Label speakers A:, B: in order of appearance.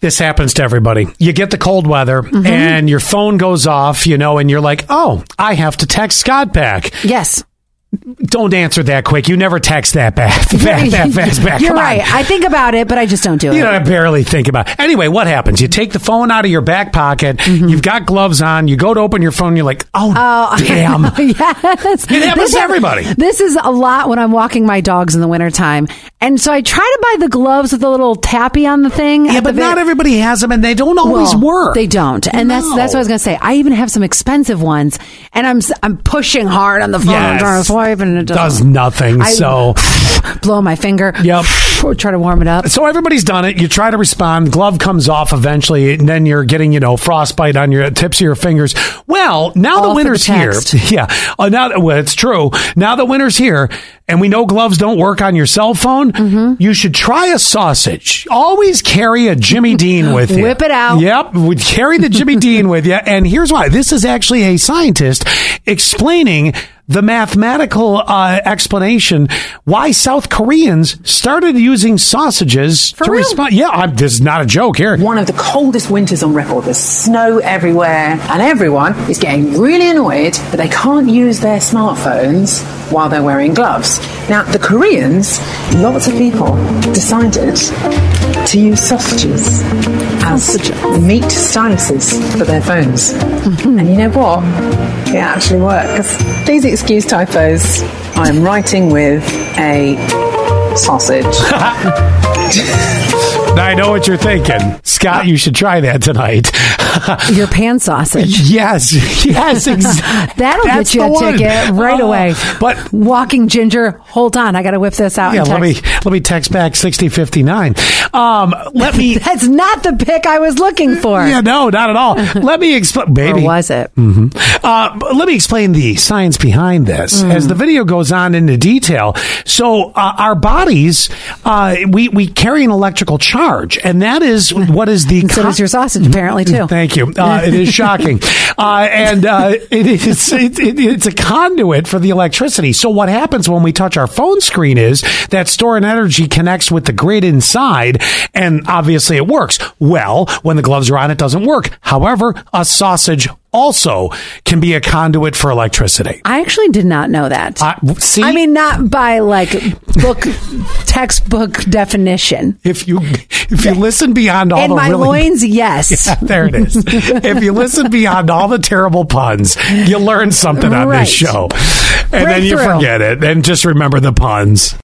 A: This happens to everybody. You get the cold weather
B: Mm-hmm.
A: and your phone goes off, you know, and you're like, oh, I have to text Scott back.
B: Yes.
A: Don't answer that quick. You never text that back, back that fast back.
B: You're
A: Come on.
B: right. I think about it, but I just don't do it.
A: You know, I barely think about it. Anyway, what happens? You take the phone out of your back pocket.
B: Mm-hmm.
A: You've got gloves on. You go to open your phone. You're like, oh, damn.
B: yes. It
A: happens to everybody.
B: This is a lot when I'm walking my dogs in the wintertime. And so I try to buy the gloves with a little tappy on the thing.
A: yeah, but not everybody has them, and they don't always work.
B: They don't. And that's
A: No.
B: that's what I was going to say. I even have some expensive ones and I'm s- I'm pushing hard on the phone
A: Yes.
B: trying to swipe and it
A: Does
B: doesn't
A: nothing.
B: I-
A: so,
B: blow my finger.
A: Yep.
B: try to warm it up.
A: so everybody's done it. You try to respond. Glove comes off eventually, and then you're getting you know frostbite on your tips of your fingers. Well, now
B: All
A: the
B: for the
A: winter's here.
B: text.
A: Yeah, uh, now that- well, it's true. Now the winter's here, and we know gloves don't work on your cell phone.
B: Mm-hmm.
A: You should try a sausage. Always carry a Jimmy Dean with you.
B: Whip it out.
A: Yep, would carry the Jimmy Dean with you. And here's why: this is actually a scientist explaining the mathematical uh, explanation why South Koreans started using sausages to
B: real?
A: respond. Yeah, I'm, this is not a joke here.
C: One of the coldest winters on record. There's snow everywhere, and everyone is getting really annoyed that they can't use their smartphones while they're wearing gloves. Now, the Koreans, lots of people decided to use sausages as meat styluses for their phones. And you know what? It actually works. Please excuse typos. I'm writing with a sausage.
A: I know what you're thinking, Scott. You should try that tonight.
B: Your pan sausage.
A: yes, yes, exactly.
B: That'll
A: That's
B: get you
A: the
B: a
A: one.
B: ticket right
A: Oh,
B: away.
A: but-
B: walking ginger, hold on, I got to whip this out.
A: Yeah,
B: and
A: let me
B: text.
A: let me text back sixty fifty nine. Um, let me.
B: That's not the pick I was looking for.
A: Yeah, no, not at all. Let me explain,
B: or
A: baby.
B: was it?
A: Uh, but let me explain the science behind this
B: Mm.
A: as the video goes on into detail. So uh, our bodies, uh, we we carry an electrical charge, and that is what is the
B: So
A: co-
B: does your sausage, apparently, too.
A: Thank you. Uh, it is shocking, uh, and uh, it is it, it, it's a conduit for the electricity. So what happens when we touch our phone screen is that stored energy connects with the grid inside, and obviously it works. Well, when the gloves are on, it doesn't work. However, a sausage also can be a conduit for electricity.
B: I actually did not know that.
A: Uh, see,
B: I mean, not by like book, textbook definition.
A: if you if you listen beyond all
B: In
A: the
B: my
A: really
B: loins, yes.
A: there it is. if you listen beyond all the terrible puns, you learn something on
B: Right.
A: this show. And then you
B: Breakthrough.
A: forget it. And just remember the puns.